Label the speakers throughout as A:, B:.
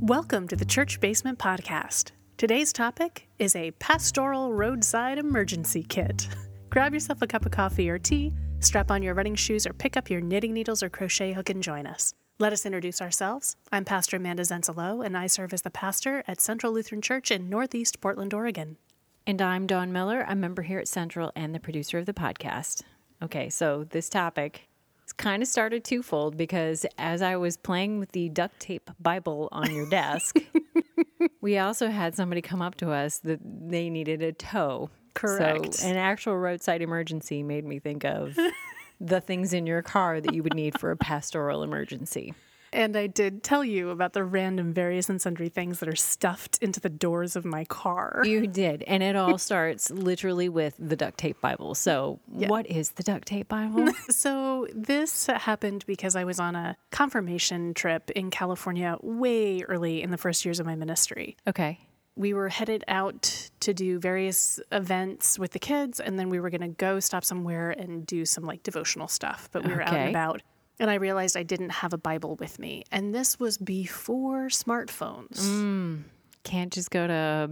A: Welcome to the Church Basement Podcast. Today's topic is a pastoral roadside emergency kit. Grab yourself a cup of coffee or tea, strap on your running shoes, or pick up your knitting needles or crochet hook and join us. Let us introduce ourselves. I'm Pastor Amanda Zensalo, and I serve as the pastor at Central Lutheran Church in Northeast Portland, Oregon.
B: And I'm Dawn Miller, a member here at Central and the producer of the podcast. Okay, so this topic is kind of started twofold because as I was playing with the duct tape Bible on your desk, we also had somebody come up to us that they needed a tow.
A: Correct.
B: So an actual roadside emergency made me think of the things in your car that you would need for a pastoral emergency.
A: And I did tell you about the random various and sundry things that are stuffed into the doors of my car.
B: You did. And it all starts literally with the duct tape Bible. So, what is the duct tape Bible?
A: So this happened because I was on a confirmation trip in California way early in the first years of my ministry.
B: okay.
A: We were headed out to do various events with the kids, and then we were going to go stop somewhere and do some like devotional stuff. But we were out and
B: Okay.
A: about, and I realized I didn't have a Bible with me. And this was before smartphones,
B: Can't just go to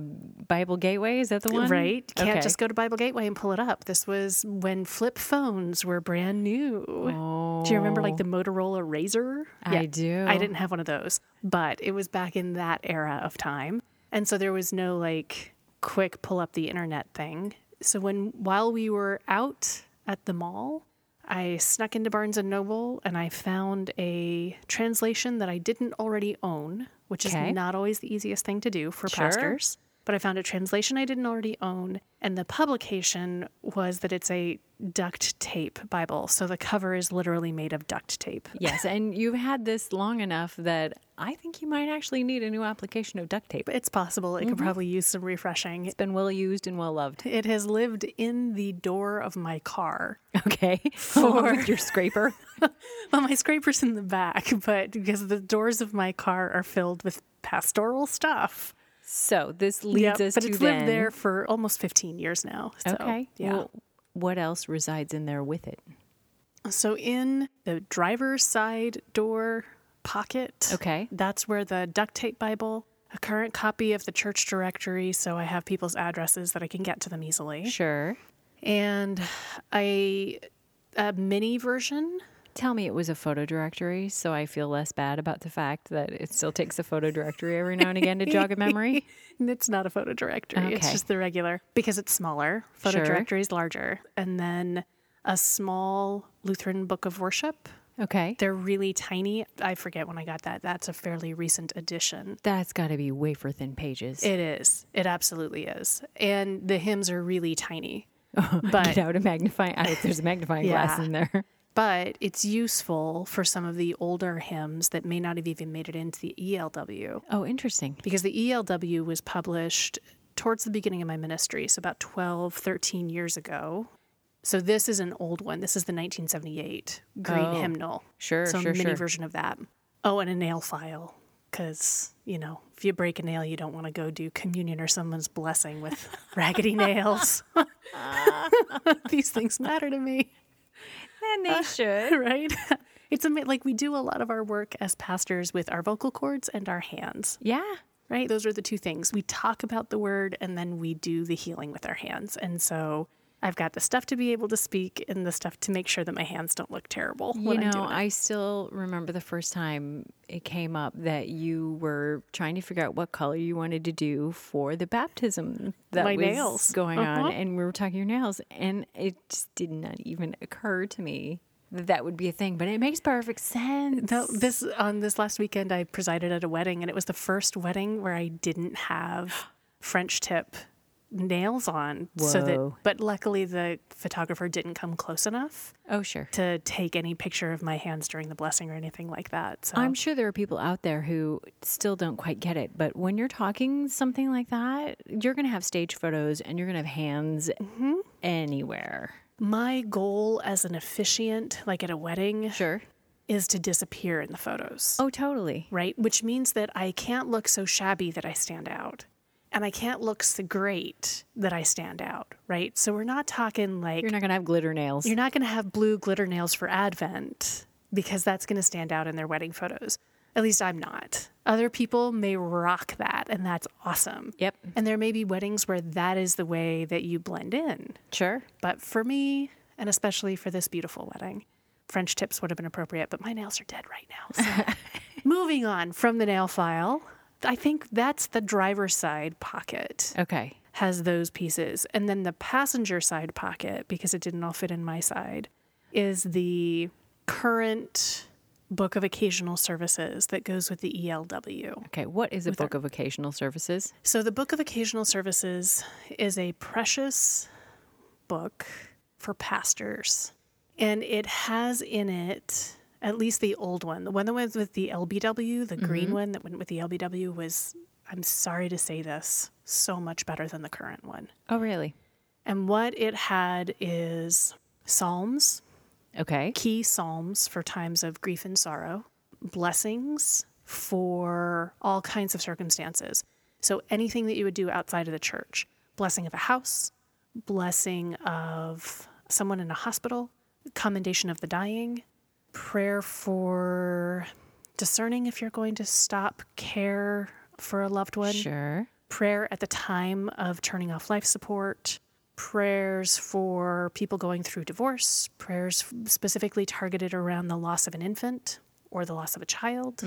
B: Bible Gateway. Is that the one?
A: right? Can't
B: Okay.
A: just go to Bible Gateway and pull it up. This was when flip phones were brand new. Do you remember like the Motorola Razor?
B: Oh. I do.
A: I didn't have one of those, but it was back in that era of time. And so there was no like quick pull up the internet thing. So when while we were out at the mall, I snuck into Barnes and Noble and I found a translation that I didn't already own, which
B: Okay.
A: is not always the easiest thing to do for pastors. But I found a translation I didn't already own, and the publication was that it's a duct tape Bible. So the cover is literally made of duct tape.
B: Yes, and you've had this long enough that I think you might actually need a new application of duct tape. It's
A: It's possible. It
B: Mm-hmm.
A: could probably use some refreshing.
B: been well used and well loved.
A: It has lived in the door of my car.
B: Okay. Along with your scraper.
A: Well, my scraper's in the back, but because the doors of my car are filled with pastoral stuff.
B: So this leads
A: Yep,
B: us
A: but
B: to
A: it's
B: then.
A: lived there for almost 15 years now. So,
B: okay.
A: Yeah.
B: Well, what else resides in there with it?
A: so in the driver's side door pocket,
B: Okay.
A: that's where the duct tape Bible, a current copy of the church directory, so I have people's addresses that I can get to them easily,
B: Sure.
A: and a, a mini version
B: Tell me it was a photo directory, so I feel less bad about the fact that it still takes a photo directory every now and again to jog a memory.
A: It's not a photo directory. It's
B: Okay.
A: just the regular because it's smaller. Photo
B: Sure.
A: directory is larger. And then a small Lutheran book of worship.
B: Okay.
A: They're really tiny. I forget when I got that. That's a fairly recent addition.
B: That's got to be wafer thin pages.
A: It is. It absolutely is. And the hymns are really tiny. But
B: Get out a magnifying. I hope there's a magnifying glass
A: Yeah.
B: in there.
A: but it's useful for some of the older hymns that may not have even made it into the E ELW.
B: Oh, interesting.
A: because the ELW was published towards the beginning of my ministry, so about 12, 13 years ago. So this is an old one. This is the 1978 Green
B: Oh.
A: Hymnal.
B: Sure,
A: so
B: sure,
A: a mini
B: sure.
A: version of that. Oh, and a nail file, because you know if you break a nail, you don't want to go do communion or someone's blessing with raggedy nails. These things matter to me
B: And they should.
A: right? It's ama- like we do a lot of our work as pastors with our vocal cords and our hands,
B: Yeah.
A: right? Those are the two things. We talk about the word and then we do the healing with our hands. And so I've got the stuff to be able to speak and the stuff to make sure that my hands don't look terrible
B: You
A: when I'm
B: know,
A: doing it.
B: I still remember the first time it came up that you were trying to figure out what color you wanted to do for the baptism that
A: My
B: was
A: nails.
B: going on, and we were talking your nails, and it just did not even occur to me that that would be a thing. But it makes perfect sense.
A: Though this on this last weekend, I presided at a wedding, and it was the first wedding where I didn't have French tip nails on. So that,
B: Whoa.
A: but luckily the photographer didn't come close enough.
B: oh, sure.
A: to take any picture of my hands during the blessing or anything like that. So
B: I'm sure there are people out there who still don't quite get it, but when you're talking something like that, you're going to have stage photos and you're going to have hands anywhere.
A: my goal as an officiant, like at a wedding,
B: Sure.
A: is to disappear in the photos,
B: Oh, totally.
A: right? Which means that I can't look so shabby that I stand out. And I can't look so great that I stand out, right? So we're not talking like
B: You're not going to have glitter nails.
A: You're not going to have blue glitter nails for Advent because that's going to stand out in their wedding photos. At least I'm not. Other people may rock that, and that's awesome.
B: Yep.
A: And there may be weddings where that is the way that you blend in.
B: Sure.
A: But for me, and especially for this beautiful wedding, French tips would have been appropriate, but my nails are dead right now. So moving on from the nail file, I think that's the driver's side pocket
B: Okay.
A: has those pieces. And then the passenger side pocket, because it didn't all fit in my side, is the current book of occasional services that goes with the E ELW.
B: Okay. What is a book of occasional services?
A: So, the Book of Occasional Services is a precious book for pastors. And it has in it, at least the old one, the one that went with the LBW, the green one that went with the LBW was, I'm sorry to say this, so much better than the current one.
B: Oh, really?
A: And what it had is psalms,
B: Okay.
A: key psalms for times of grief and sorrow, blessings for all kinds of circumstances. So anything that you would do outside of the church, blessing of a house, blessing of someone in a hospital, commendation of the dying, prayer for discerning if you're going to stop care for a loved one
B: Sure.
A: prayer at the time of turning off life support, prayers for people going through divorce, prayers specifically targeted around the loss of an infant or the loss of a child.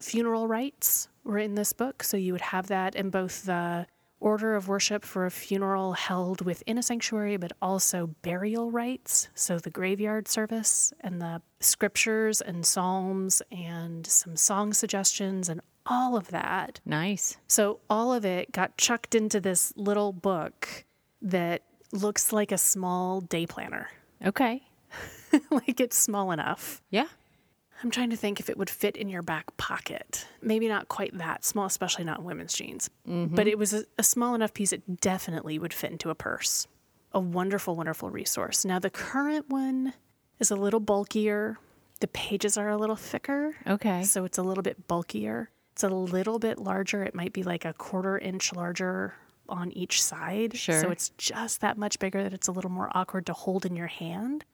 A: Funeral rites were in this book, so you would have that in both the order of worship for a funeral held within a sanctuary, but also burial rites, so the graveyard service and the scriptures and psalms and some song suggestions and all of that
B: Nice.
A: so all of it got chucked into this little book that looks like a small day planner.
B: Okay.
A: like it's small enough.
B: Yeah.
A: I'm trying to think if it would fit in your back pocket. Maybe not quite that small, especially not in women's jeans. But it was a, a small enough piece it definitely would fit into a purse. A wonderful, wonderful resource. Now the current one is a little bulkier. The pages are a little thicker.
B: Okay.
A: So it's a little bit bulkier. It's a little bit larger. It might be like a quarter inch larger on each side.
B: Sure.
A: So it's just that much bigger that it's a little more awkward to hold in your hand.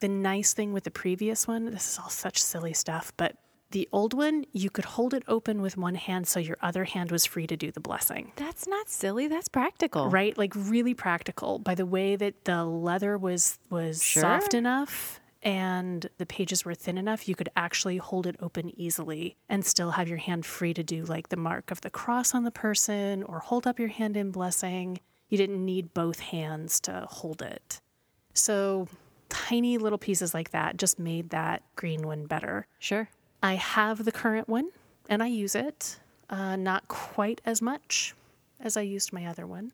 A: The nice thing with the previous one, this is all such silly stuff, but the old one, you could hold it open with one hand so your other hand was free to do the blessing
B: That's not silly. That's practical.
A: right like really practical by the way that the leather was was
B: Sure.
A: soft enough and the pages were thin enough you could actually hold it open easily and still have your hand free to do like the mark of the cross on the person or hold up your hand in blessing you didn't need both hands to hold it so tiny little pieces like that just made that green one better
B: Sure.
A: I have the current one and I use it, uh, not quite as much as I used my other one,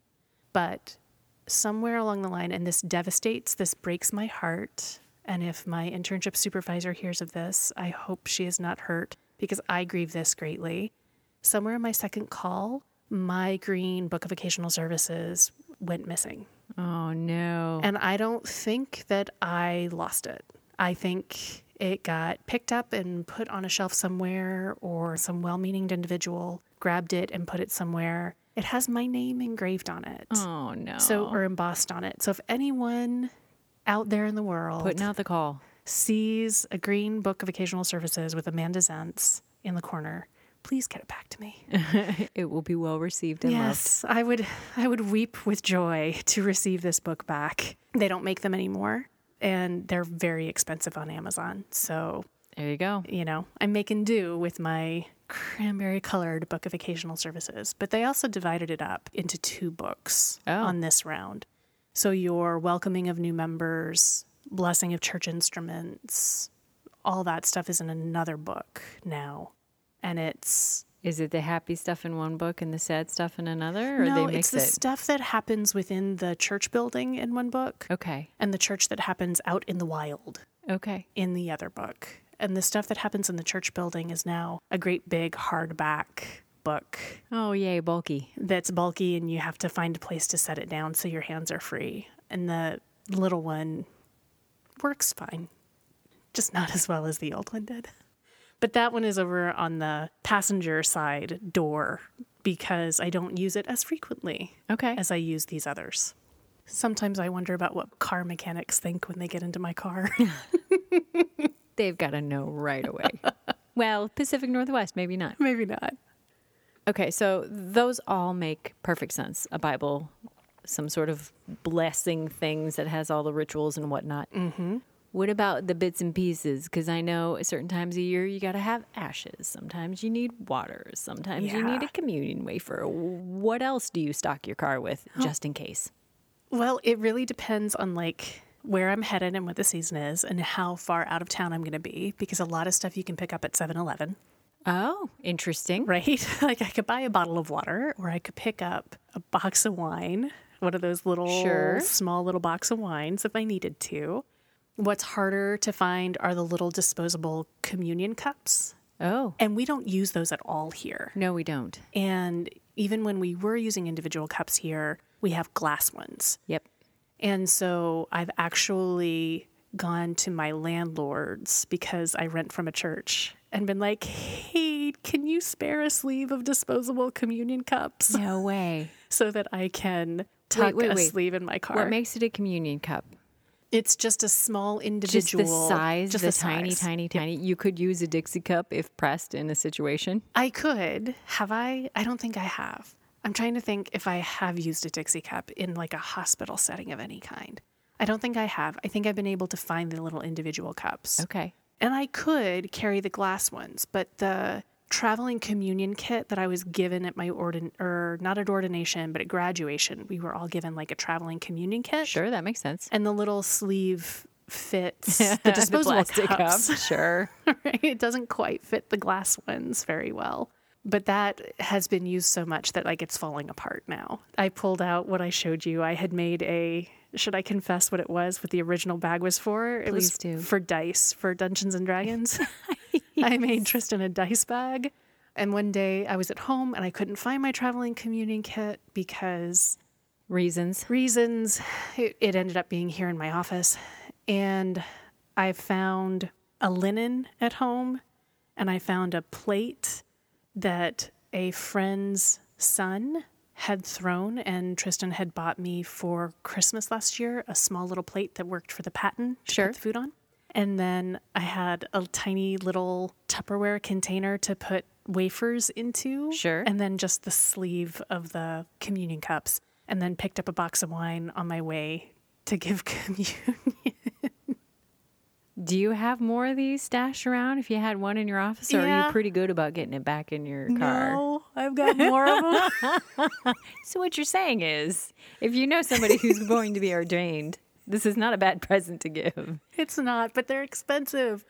A: but somewhere along the line, and this devastates, this breaks my heart. And if my internship supervisor hears of this, I hope she is not hurt because I grieve this greatly. Somewhere in my second call, my green book of occasional services went missing.
B: Oh, no.
A: And I don't think that I lost it. I think it got picked up and put on a shelf somewhere, or some well meaning individual grabbed it and put it somewhere. It has my name engraved on it.
B: oh, no.
A: So, or embossed on it. So, if anyone out there in the world
B: putting out the call.
A: sees a green book of occasional services with Amanda Zentz in the corner, please get it back to me.
B: It will be well received and loved.
A: Yes, I would I would weep with joy to receive this book back. They don't make them anymore and they're very expensive on Amazon. So,
B: There you go.
A: you know, I'm making do with my cranberry colored book of occasional services. But they also divided it up into two books
B: Oh.
A: on this round. So your welcoming of new members, blessing of church instruments, all that stuff is in another book now. And it's
B: Is it the happy stuff in one book and the sad stuff in another, or
A: no,
B: they
A: it's
B: mix
A: the
B: it?
A: stuff that happens within the church building in one book,
B: okay.
A: and the church that happens out in the wild
B: Okay.
A: in the other book. And the stuff that happens in the church building is now a great big hardback book
B: Oh, yay, bulky.
A: that's bulky, and you have to find a place to set it down so your hands are free. And the little one works fine, just not as well as the old one did. But that one is over on the passenger side door because I don't use it as frequently
B: Okay.
A: as I use these others. Sometimes I wonder about what car mechanics think when they get into my car.
B: They've got to know right away. Well, Pacific Northwest, maybe not.
A: Maybe not.
B: Okay, so those all make perfect sense. A Bible, some sort of blessing things that has all the rituals and whatnot. Mm-hmm. What about the bits and pieces? Because I know at certain times a year you got to have ashes. Sometimes you need water. Sometimes you need
A: Yeah.
B: a communion wafer. What else do you stock your car with just in case?
A: Well, it really depends on like where I'm headed and what the season is and how far out of town I'm going to be because a lot of stuff you can pick up at 7-Eleven,
B: Oh, interesting.
A: right? like I could buy a bottle of water or I could pick up a box of wine, one of those little
B: Sure.
A: small little box of wines if I needed to. What's harder to find are the little disposable communion cups,
B: Oh,
A: and we don't use those at all here.
B: no, we don't.
A: And even when we were using individual cups here, we have glass ones.
B: Yep.
A: And so I've actually gone to my landlords because I rent from a church and been like, hey, can you spare a sleeve of disposable communion cups
B: No way.
A: so that I can tuck
B: wait,
A: a
B: wait.
A: sleeve in my car?
B: What makes it a communion cup?
A: it's just a small
B: Just
A: individual.
B: the size,
A: just
B: the, tiny,
A: size.
B: tiny, tiny. You could use a Dixie cup if pressed in a situation.
A: I could. Have I? I don't think I have. I'm trying to think if I have used a Dixie cup in like a hospital setting of any kind. I don't think I have. I think I've been able to find the little individual cups.
B: Okay.
A: And I could carry the glass ones, but the traveling communion kit that I was given at my ordin or not at ordination, but at graduation, we were all given like a traveling communion kit.
B: Sure, that makes sense.
A: And the little sleeve fits the disposable
B: plastic
A: cups.
B: cup. Sure.
A: right? It doesn't quite fit the glass ones very well. But that has been used so much that like it's falling apart now. I pulled out what I showed you. I had made a should I confess what it was what the original bag was for? It was
B: Please do.
A: for dice for Dungeons and Dragons. I made Tristan a dice bag. And one day I was at home and I couldn't find my traveling communion kit because
B: Reasons.
A: reasons. It, it ended up being here in my office. And I found a linen at home and I found a plate that a friend's son had thrown and Tristan had bought me for Christmas last year, a small little plate that worked for the patent to
B: Sure.
A: put the food on. And then I had a tiny little Tupperware container to put wafers into.
B: Sure.
A: And then just the sleeve of the communion cups. And then picked up a box of wine on my way to give communion.
B: Do you have more of these stashed around if you had one in your office, or are
A: Yeah.
B: you pretty good about getting it back in your car?
A: I've got more of them.
B: So, what you're saying is if you know somebody who's going to be ordained, this is not a bad present to give.
A: It's not, but they're expensive.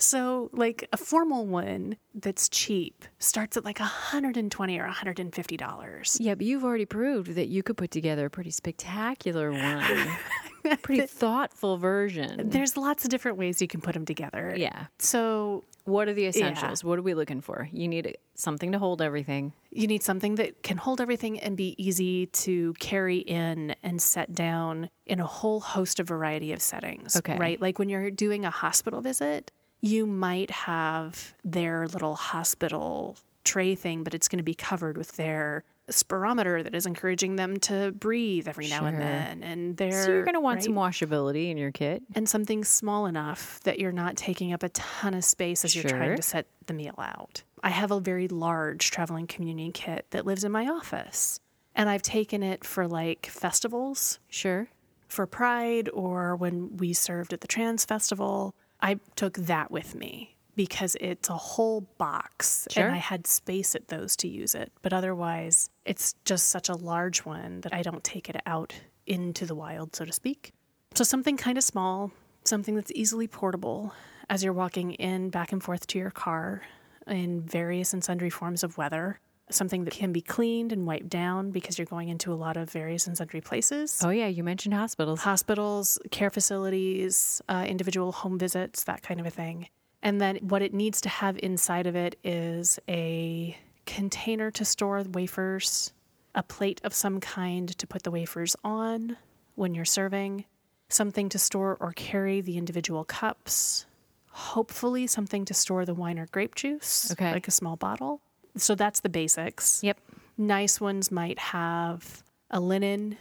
A: So, like a formal one that's cheap starts at like 120 or 150 dollars.
B: Yeah, but you've already proved that you could put together a pretty spectacular one, pretty thoughtful version.
A: There's lots of different ways you can put them together.
B: Yeah.
A: So,
B: What are the essentials? What are we looking for? You need something to hold everything.
A: you need something that can hold everything and be easy to carry in and set down in a whole host of variety of settings.
B: Okay.
A: Right? Like when you're doing a hospital visit, you might have their little hospital tray thing, but it's going to be covered with their spirometer that is encouraging them to breathe every now and
B: Sure.
A: then. And their
B: So you're going to want
A: right?
B: some washability in your kit.
A: and something small enough that you're not taking up a ton of space as you're trying
B: Sure.
A: to set the meal out. I have a very large traveling communion kit that lives in my office, and I've taken it for like festivals,
B: Sure.
A: for Pride, or when we served at the Trans Festival. I took that with me because it's a whole box
B: Sure.
A: and I had space at those to use it. But otherwise, it's just such a large one that I don't take it out into the wild, so to speak. So, something kind of small, something that's easily portable as you're walking in back and forth to your car in various and sundry forms of weather, something that can be cleaned and wiped down because you're going into a lot of various and sundry places
B: Oh, yeah. You mentioned hospitals.
A: hospitals, care facilities, uh, individual home visits, that kind of a thing. And then what it needs to have inside of it is a container to store wafers, a plate of some kind to put the wafers on when you're serving, something to store or carry the individual cups, hopefully, something to store the wine or grape juice,
B: Okay.
A: like a small bottle. So that's the basics.
B: Yep.
A: Nice ones might have a linen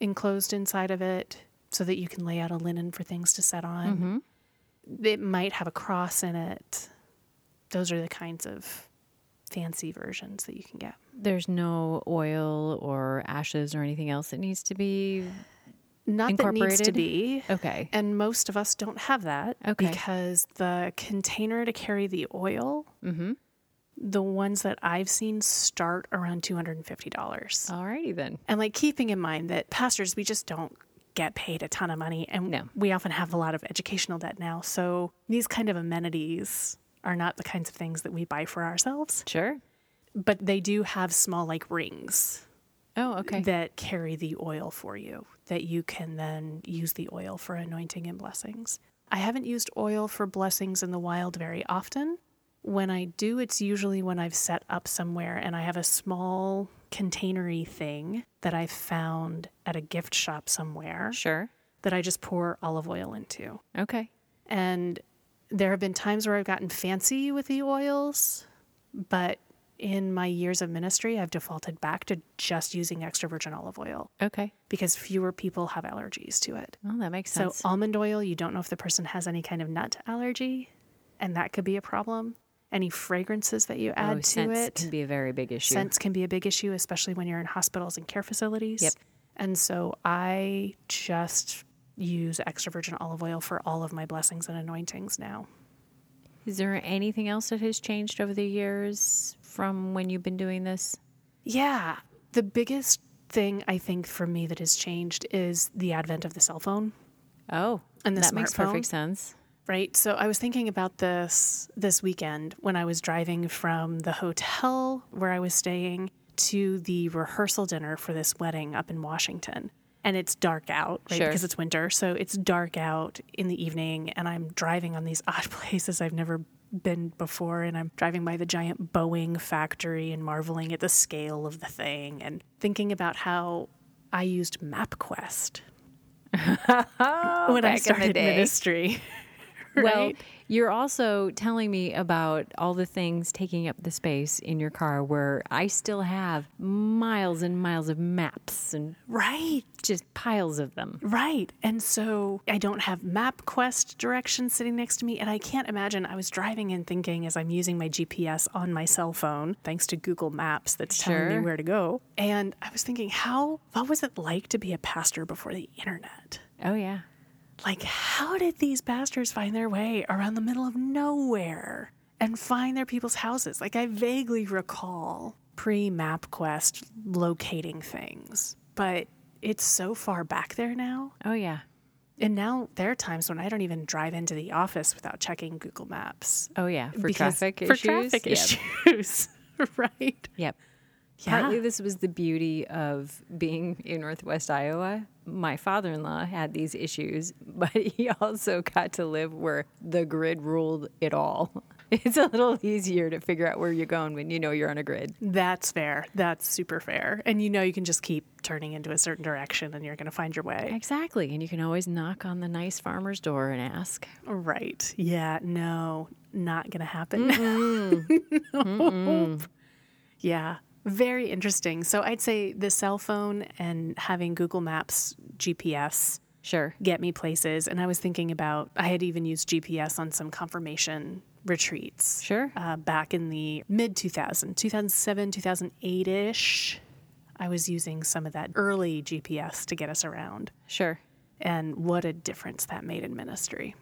A: enclosed inside of it so that you can lay out a
B: Mm-hmm.
A: linen for things to set on. It might have a cross in it, those are the kinds of fancy versions that you can get.
B: There's no oil or ashes or anything else that needs to be.
A: Not that needs to
B: Incorporated?
A: be.
B: Okay.
A: And most of us don't have that
B: Okay.
A: because the container to carry the oil,
B: Mhm.
A: the ones that I've seen start around $250.
B: Alrighty then.
A: And like keeping in mind that pastors, we just don't get paid a ton of money and
B: No.
A: we often have a lot of educational debt now. So these kind of amenities are not the kinds of things that we buy for ourselves,
B: Sure.
A: but they do have small like rings
B: Oh, okay.
A: that carry the oil for you that you can then use the oil for anointing and blessings. I haven't used oil for blessings in the wild very often. When I do, it's usually when I've set up somewhere and I have a small containery thing that I found at a gift shop somewhere
B: Sure.
A: that I just pour olive oil into.
B: Okay.
A: And there have been times where I've gotten fancy with the oils, but in my years of ministry, I've defaulted back to just using extra virgin olive oil
B: Okay.
A: because fewer people have allergies to it.
B: Well, Oh, that makes
A: So,
B: sense.
A: almond oil, you don't know if the person has any kind of nut allergy, and that could be a problem. Any fragrances that you add
B: oh,
A: to
B: scents
A: it,
B: can be a very big issue.
A: scents can be a big issue, especially when you're in hospitals and care facilities.
B: Yep.
A: And so, I just use extra virgin olive oil for all of my blessings and anointings now.
B: Is there anything else that has changed over the years from when you've been doing this?
A: Yeah. The biggest thing I think for me that has changed is the advent of the cell phone.
B: Oh,
A: And the
B: that makes perfect
A: smartphone?
B: sense.
A: Right. So I was thinking about this this weekend when I was driving from the hotel where I was staying to the rehearsal dinner for this wedding up in Washington. And it's dark out, right?
B: Sure.
A: Because it's winter. So it's dark out in the evening, and I'm driving on these odd places I've never been before. And I'm driving by the giant Boeing factory and marveling at the scale of the thing and thinking about how I used MapQuest when
B: back in
A: I
B: the
A: started
B: day.
A: ministry.
B: Well,
A: right?
B: you're also telling me about all the things taking up the space in your car where I still have miles and miles of maps and
A: Right.
B: just piles of them.
A: Right. And so I don't have MapQuest directions sitting next to me. And I can't imagine I was driving and thinking as I'm using my GPS on my cell phone, thanks to Google Maps that's telling
B: Sure.
A: me where to go. And I was thinking, how, what was it like to be a pastor before the internet?
B: Oh, yeah.
A: Like, how did these pastors find their way around the middle of nowhere and find their people's houses? Like, I vaguely recall pre MapQuest locating things, but it's so far back there now.
B: Oh, yeah.
A: And now there are times when I don't even drive into the office without checking Google Maps
B: Oh, yeah. For
A: Because-
B: traffic
A: for
B: issues.
A: traffic
B: Yep.
A: issues, right?
B: Yep.
A: Yeah.
B: Partly this was the beauty of being in Northwest Iowa. My father in law had these issues, but he also got to live where the grid ruled it all. It's a little easier to figure out where you're going when you know you're on a grid.
A: That's fair. That's super fair. And you know you can just keep turning into a certain direction and you're going to find your way.
B: Exactly. And you can always knock on the nice farmer's door and ask.
A: Right. Yeah. No, not going to happen. Nope. Yeah. Very interesting. So I'd say the cell phone and having Google Maps GPS
B: Sure.
A: get me places. And I was thinking about, I had even used GPS on some confirmation retreats.
B: Sure.
A: Uh, back in the mid 2000, 2007, 2008 ish, I was using some of that early GPS to get us around.
B: Sure.
A: And what a difference that made in ministry.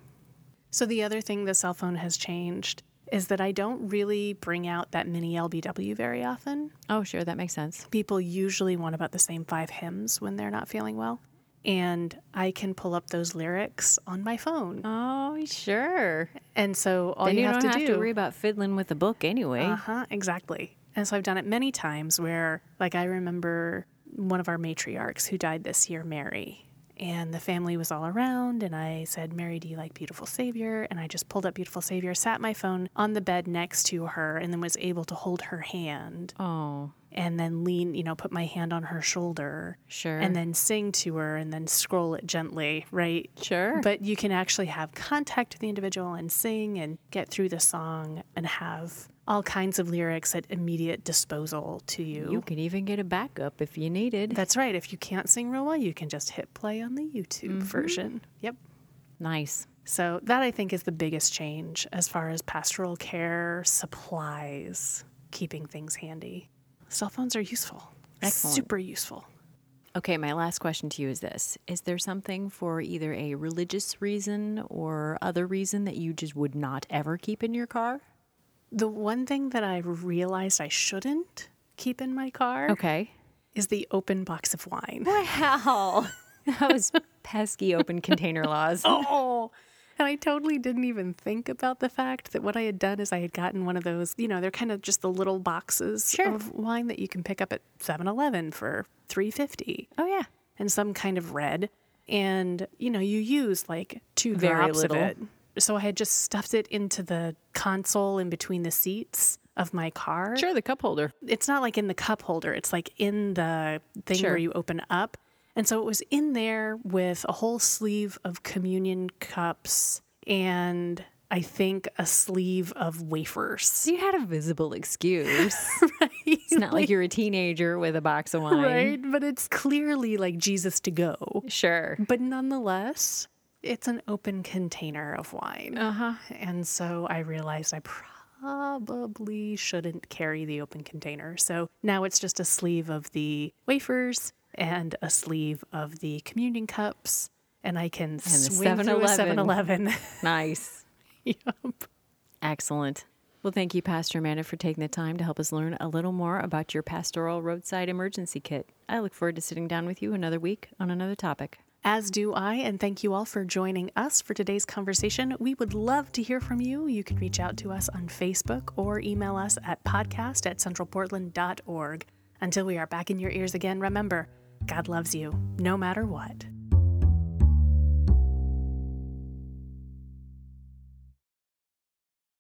A: So, the other thing the cell phone has changed is that I don't really bring out that mini LBW very often
B: Oh, sure. That makes sense.
A: people usually want about the same five hymns when they're not feeling well. And I can pull up those lyrics on my phone.
B: Oh, sure.
A: And so all
B: And
A: you,
B: you,
A: have
B: don't
A: to
B: have
A: do.
B: to worry about fiddling with a book anyway.
A: uh huh, exactly. And so I've done it many times where, like, I remember one of our matriarchs who died this year, Mary. And the family was all around, and I said, Mary, do you like Beautiful Savior? And I just pulled up Beautiful Savior, sat my phone on the bed next to her, and then was able to hold her hand
B: oh,
A: and then lean, you know, put my hand on her shoulder
B: sure.
A: and then sing to her and then scroll it gently, right?
B: sure.
A: But you can actually have contact with the individual and sing and get through the song and have all kinds of lyrics at immediate disposal to you.
B: you can even get a backup if you needed.
A: That's
B: Mm-hmm.
A: right. If you can't sing real well, you can just hit play on the YouTube version. Yep.
B: Nice.
A: So, that I think is the biggest change as far as pastoral care supplies, keeping things handy. Cell phones are useful,
B: Excellent.
A: super useful.
B: Okay, my last question to you is this Is there something for either a religious reason or other reason that you just would not ever keep in your car?
A: The one thing that I realized I shouldn't keep in my car
B: Okay.
A: is the open box of wine.
B: Wow. That was pesky open container laws.
A: oh. And I totally didn't even think about the fact that what I had done is I had gotten one of those, you know, they're kind of just the little boxes
B: Sure.
A: of wine that you can pick up at 7-Eleven for 350
B: Oh, yeah.
A: and some kind of red. And, you know, you use like two
B: Very
A: drops
B: little.
A: of it. So I had just stuffed it into the console in between the seats of my car.
B: Sure, the cup holder.
A: It's not like in the cup holder, it's like in the thing
B: Sure.
A: where you open up. And so it was in there with a whole sleeve of communion cups and I think a sleeve of wafers.
B: So you had a visible excuse. It's not like you're a teenager with a box of wine.
A: Right? But it's clearly like Jesus to go.
B: Sure.
A: But nonetheless, it's an open container of wine.
B: Uh-huh.
A: And so I realized I probably shouldn't carry the open container. So now it's just a sleeve of the wafers and a sleeve of the communion cups. And I can swing through a
B: 7-Eleven.
A: 7-Eleven.
B: Nice.
A: Yep.
B: Excellent. Well, thank you, Pastor Amanda, for taking the time to help us learn a little more about your pastoral roadside emergency kit. I look forward to sitting down with you another week on another topic.
A: As do I, and thank you all for joining us for today's conversation. We would love to hear from you. You can reach out to us on Facebook or email us at podcast at centralportland.org. Until we are back in your ears again, remember, God loves you no matter what.